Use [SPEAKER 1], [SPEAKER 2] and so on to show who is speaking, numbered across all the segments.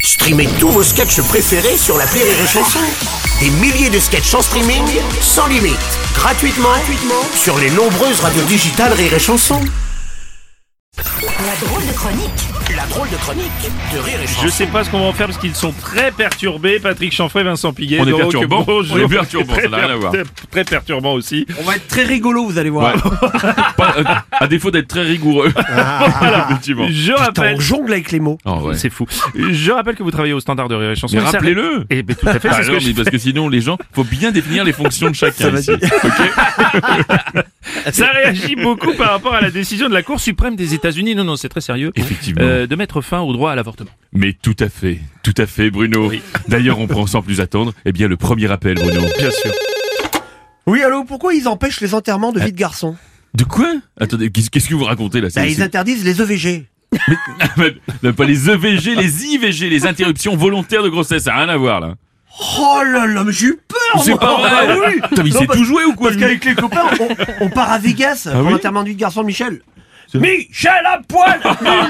[SPEAKER 1] Streamez tous vos sketchs préférés sur la Rire et Chanson. Des milliers de sketchs en streaming, sans limite, gratuitement, gratuitement sur les nombreuses radios digitales Rire et Chanson.
[SPEAKER 2] La drôle de chronique.
[SPEAKER 1] La drôle de chronique de Rire et Chanson.
[SPEAKER 3] Je sais pas ce qu'on va en faire parce qu'ils sont très perturbés. Patrick Chanfray, Vincent Piguet.
[SPEAKER 4] On est
[SPEAKER 3] Donc,
[SPEAKER 4] perturbants.
[SPEAKER 3] bonjour.
[SPEAKER 4] On est perturbants,
[SPEAKER 3] Très
[SPEAKER 4] ça n'a rien à voir.
[SPEAKER 3] per- Très perturbant aussi.
[SPEAKER 5] On va être très rigolo, vous allez
[SPEAKER 4] Ouais.
[SPEAKER 5] voir.
[SPEAKER 4] Pas- euh, à défaut d'être très rigoureux. Effectivement.
[SPEAKER 3] Je
[SPEAKER 5] Putain,
[SPEAKER 3] rappelle.
[SPEAKER 5] on jongle avec les mots.
[SPEAKER 4] Ah ouais.
[SPEAKER 3] Ah. C'est fou. Je rappelle que vous travaillez au standard de Rire et Chanson.
[SPEAKER 4] Mais
[SPEAKER 3] Et ça-
[SPEAKER 4] rappelez-le
[SPEAKER 3] Eh ben, tout à fait,
[SPEAKER 4] Bah
[SPEAKER 3] c'est ce
[SPEAKER 4] non,
[SPEAKER 3] que je
[SPEAKER 4] mais parce que sinon les gens, faut bien définir les fonctions de chacun ici.
[SPEAKER 3] Ça réagit beaucoup par rapport à la décision de la Cour suprême des États-Unis. Non, non, c'est très sérieux.
[SPEAKER 4] Effectivement.
[SPEAKER 3] Euh, de mettre fin au droit à l'avortement.
[SPEAKER 4] Mais tout à fait, tout à fait Bruno. D'ailleurs, on prend sans plus attendre, eh bien le premier appel Bruno.
[SPEAKER 3] Bien sûr.
[SPEAKER 5] Oui, allô, pourquoi ils empêchent les enterrements de vie de garçons
[SPEAKER 4] De quoi Attendez, qu'est-ce qu'est-ce que vous racontez là
[SPEAKER 5] Bah,
[SPEAKER 4] Eh, C'est-
[SPEAKER 5] Ils
[SPEAKER 4] c'est-
[SPEAKER 5] interdisent les EVG.
[SPEAKER 4] Non, Pas les EVG, les IVG, les interruptions volontaires de grossesse, ça a rien à voir là.
[SPEAKER 5] Oh là là, mais j'ai eu peur,
[SPEAKER 4] C'est
[SPEAKER 5] moi.
[SPEAKER 4] pas vrai.
[SPEAKER 5] Ah oui.
[SPEAKER 4] Putain, mais il
[SPEAKER 5] Non,
[SPEAKER 4] s'est
[SPEAKER 5] parce-
[SPEAKER 4] tout joué ou quoi
[SPEAKER 5] Parce
[SPEAKER 4] lui
[SPEAKER 5] qu'avec les copains, on, on part à Vegas pour
[SPEAKER 4] Ah oui
[SPEAKER 5] l'enterrement de vie de garçon de Michel. Michel à poil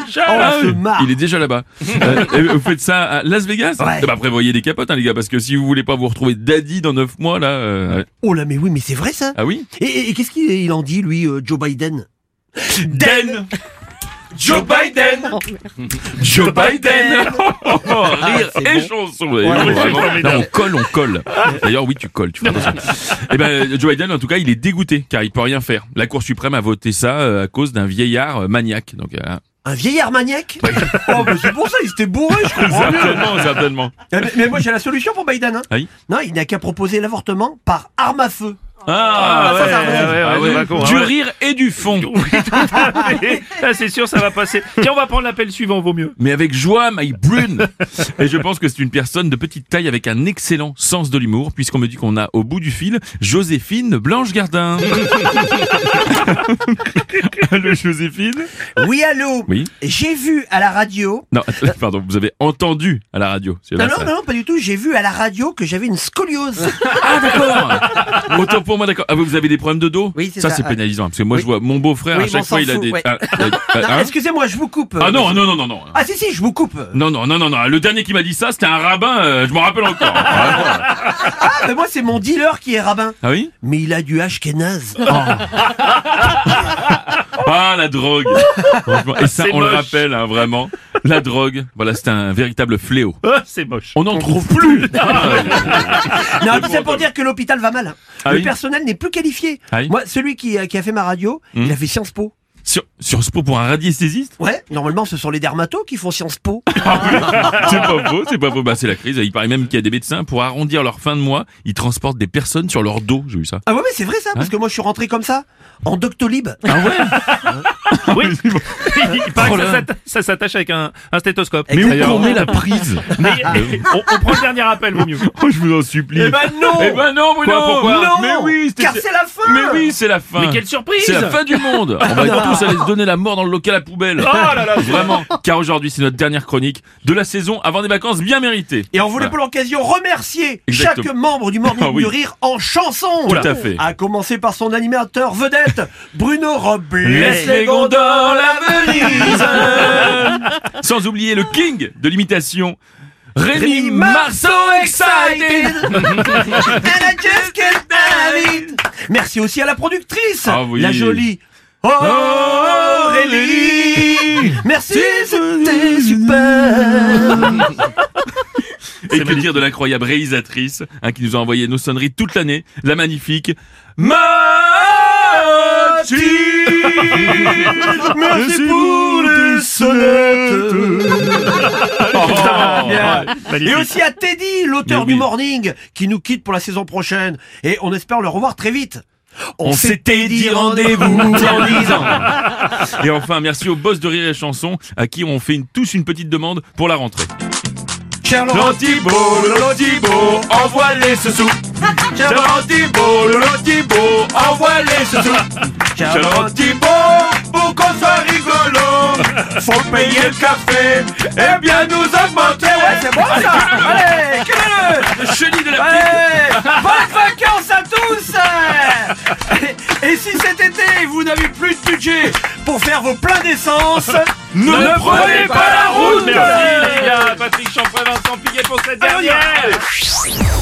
[SPEAKER 5] Michel
[SPEAKER 4] Ah
[SPEAKER 5] On se
[SPEAKER 4] oui,
[SPEAKER 5] marre.
[SPEAKER 4] Il est déjà là-bas. Euh, et vous faites ça à Las Vegas
[SPEAKER 5] Ouais.
[SPEAKER 4] Eh ben, prévoyez des capotes, hein, les gars, parce que si vous voulez pas vous retrouver daddy dans 9 mois, là... euh,
[SPEAKER 5] Oh là, mais oui, mais c'est vrai ça.
[SPEAKER 4] Ah oui
[SPEAKER 5] Et, et- et qu'est-ce qu'il il en dit, lui, euh, Joe Biden
[SPEAKER 4] Den Joe Biden Joe Biden Oh, Ah, Rire et chanson vous avez
[SPEAKER 5] Ouais,
[SPEAKER 4] vu,
[SPEAKER 5] ouais,
[SPEAKER 4] vraiment. Là, on colle, on colle. D'ailleurs, oui, tu colles, tu fais attention. Eh ben, Joe Biden, en tout cas, il est dégoûté, car il peut rien faire. La Cour suprême a voté ça euh, à cause d'un vieillard euh, maniaque. Donc, euh,
[SPEAKER 5] Un vieillard maniaque Oh, mais c'est pour ça, il s'était bourré, je comprends mieux.
[SPEAKER 4] certainement, certainement.
[SPEAKER 5] Eh, Mais, mais moi j'ai la solution pour Biden. Hein.
[SPEAKER 4] Ah oui
[SPEAKER 5] Non, il n'a qu'à proposer l'avortement par arme à feu.
[SPEAKER 4] Ah,
[SPEAKER 5] Ah, ça, ça revient.
[SPEAKER 3] Ah ouais,
[SPEAKER 4] ouais.
[SPEAKER 3] ouais, ouais.
[SPEAKER 4] Du rire et du fond.
[SPEAKER 3] Là, c'est sûr, ça va passer. Tiens, on va prendre l'appel suivant, vaut mieux.
[SPEAKER 4] mais avec joie, my brune. Et je pense que c'est une personne de petite taille avec un excellent sens de l'humour, puisqu'on me dit qu'on a au bout du fil Joséphine Blanche Gardin. Allô Joséphine
[SPEAKER 5] Oui, allô
[SPEAKER 4] Ah. Oui.
[SPEAKER 5] J'ai vu à la radio.
[SPEAKER 4] Non, attendez, pardon, vous avez entendu à la radio. C'est
[SPEAKER 5] Ah Non,
[SPEAKER 4] là,
[SPEAKER 5] non,
[SPEAKER 4] ça.
[SPEAKER 5] non, non, pas du tout. J'ai vu à la radio que j'avais une scoliose.
[SPEAKER 4] Ah d'accord. Autant pour moi d'accord. Ah, vous vous avez des problèmes de dos
[SPEAKER 5] Oui, c'est ça,
[SPEAKER 4] c'est
[SPEAKER 5] ouais.
[SPEAKER 4] pénalisant parce que moi
[SPEAKER 5] Oui.
[SPEAKER 4] je vois mon beau-frère
[SPEAKER 5] Oui,
[SPEAKER 4] à
[SPEAKER 5] mais
[SPEAKER 4] chaque
[SPEAKER 5] on
[SPEAKER 4] fois
[SPEAKER 5] s'en
[SPEAKER 4] il a
[SPEAKER 5] fout,
[SPEAKER 4] des
[SPEAKER 5] ouais.
[SPEAKER 4] Ah, euh,
[SPEAKER 5] Non,
[SPEAKER 4] hein
[SPEAKER 5] Excusez-moi, je vous coupe.
[SPEAKER 4] Ah non, non non non non.
[SPEAKER 5] Ah si, si, je vous coupe.
[SPEAKER 4] Non, non, non, non, non. Le dernier qui m'a dit ça, c'était un rabbin, euh, je m'en rappelle encore. Vraiment.
[SPEAKER 5] Ah, mais moi c'est mon dealer qui est rabbin.
[SPEAKER 4] Ah oui
[SPEAKER 5] Mais il a du Ashkenaz.
[SPEAKER 4] Ah, la drogue Franchement, Et ça,
[SPEAKER 3] C'est
[SPEAKER 4] on le
[SPEAKER 3] moche.
[SPEAKER 4] rappelle, hein, vraiment. La drogue, voilà, c'est un véritable fléau.
[SPEAKER 3] Ah, c'est moche.
[SPEAKER 4] On n'en trouve plus
[SPEAKER 5] non, tout ça pour dire que l'hôpital va mal. hein.
[SPEAKER 4] Ah
[SPEAKER 5] Le
[SPEAKER 4] oui
[SPEAKER 5] personnel n'est plus qualifié.
[SPEAKER 4] Ah oui Hmm.
[SPEAKER 5] Moi, celui qui, a- qui a fait ma radio, il a fait Sciences Po.
[SPEAKER 4] Sur, sur ce pot pour un radiesthésiste
[SPEAKER 5] Ouais, normalement ce sont les dermatos qui font Sciences Po.
[SPEAKER 4] C'est pas faux, c'est pas faux. Bah, c'est la crise. Il paraît même qu'il y a des médecins, pour arrondir leur fin de mois, ils transportent des personnes sur leur dos. J'ai vu ça.
[SPEAKER 5] Ah ouais, mais c'est vrai ça,
[SPEAKER 4] Hein
[SPEAKER 5] parce que moi je suis rentré comme ça, en Doctolib.
[SPEAKER 4] Ah,
[SPEAKER 3] Oui. Il paraît
[SPEAKER 4] Oh
[SPEAKER 3] que
[SPEAKER 4] là.
[SPEAKER 3] ça s'atta- ça s'attache avec un, un stéthoscope.
[SPEAKER 5] Mais où
[SPEAKER 3] D'ailleurs,
[SPEAKER 4] Ah,
[SPEAKER 5] qu'on met la
[SPEAKER 4] prise
[SPEAKER 3] Mais on, on prend le dernier appel, vaut mieux.
[SPEAKER 4] Ah, Oh, je vous en supplie.
[SPEAKER 5] Eh ben non
[SPEAKER 4] Eh ben non, Bruno
[SPEAKER 3] Quoi, pourquoi
[SPEAKER 5] Non
[SPEAKER 4] Mais oui, c'était-
[SPEAKER 5] Car c'est la fin
[SPEAKER 4] Mais Ah, oui, c'est la fin
[SPEAKER 3] Mais quelle surprise
[SPEAKER 4] C'est la fin du monde On va tous aller se donner la mort dans le local à poubelle
[SPEAKER 3] Oh là là
[SPEAKER 4] Vraiment, car aujourd'hui c'est notre dernière chronique de la saison avant des vacances bien méritées.
[SPEAKER 5] Et on voulait pour l'occasion remercier
[SPEAKER 4] Ah. Exactement.
[SPEAKER 5] chaque membre du Morning
[SPEAKER 4] Ah oui.
[SPEAKER 5] du Rire en chanson
[SPEAKER 4] Tout à fait.
[SPEAKER 5] À commencer par son animateur vedette, Bruno Robles.
[SPEAKER 4] Laisse les gondoles à Venise Sans oublier le king de l'imitation, Rémi
[SPEAKER 5] Rémi
[SPEAKER 4] Marceau Excited
[SPEAKER 5] And I just can't have it. Merci aussi à la productrice,
[SPEAKER 4] Ah oui.
[SPEAKER 5] la jolie Oh.
[SPEAKER 4] Oh,
[SPEAKER 5] Aurélie. Merci, c'était super.
[SPEAKER 4] Et que dire de l'incroyable réalisatrice hein, qui nous a envoyé nos sonneries toute l'année, la magnifique Mathilde
[SPEAKER 5] Merci pour les sonnettes.
[SPEAKER 4] Oh,
[SPEAKER 5] Bien. Et
[SPEAKER 3] Magnifique.
[SPEAKER 5] aussi à Teddy, l'auteur
[SPEAKER 4] Mais
[SPEAKER 5] du
[SPEAKER 4] oui.
[SPEAKER 5] Morning, qui nous quitte pour la saison prochaine. Et on espère le revoir très vite.
[SPEAKER 4] On s'était dit rendez-vous en 10 ans. Et enfin, merci au boss de Rire et Chanson, à qui on fait une- tous une petite demande pour la rentrée.
[SPEAKER 5] Cher Laurent,
[SPEAKER 4] Laurent Thibault, Lolo Thibault, envoie les sous-sous.
[SPEAKER 5] cher Laurent,
[SPEAKER 4] Laurent Thibault, Lolo Thibault, envoie les sous-sous.
[SPEAKER 5] cher Laurent,
[SPEAKER 4] Laurent Thibault, pour qu'on soit rigolo, faut payer le café et bien nous augmenter.
[SPEAKER 5] Ouais, c'est bon ça Allez, cule-le
[SPEAKER 4] Le chenille de la
[SPEAKER 5] Allez Bonnes vacances à tous Et si cet été, vous n'avez plus de budget pour faire vos pleins d'essence,
[SPEAKER 4] Ne prenez pas la route Ah
[SPEAKER 3] Merci, les gars. Patrick Chanfray, cette dernière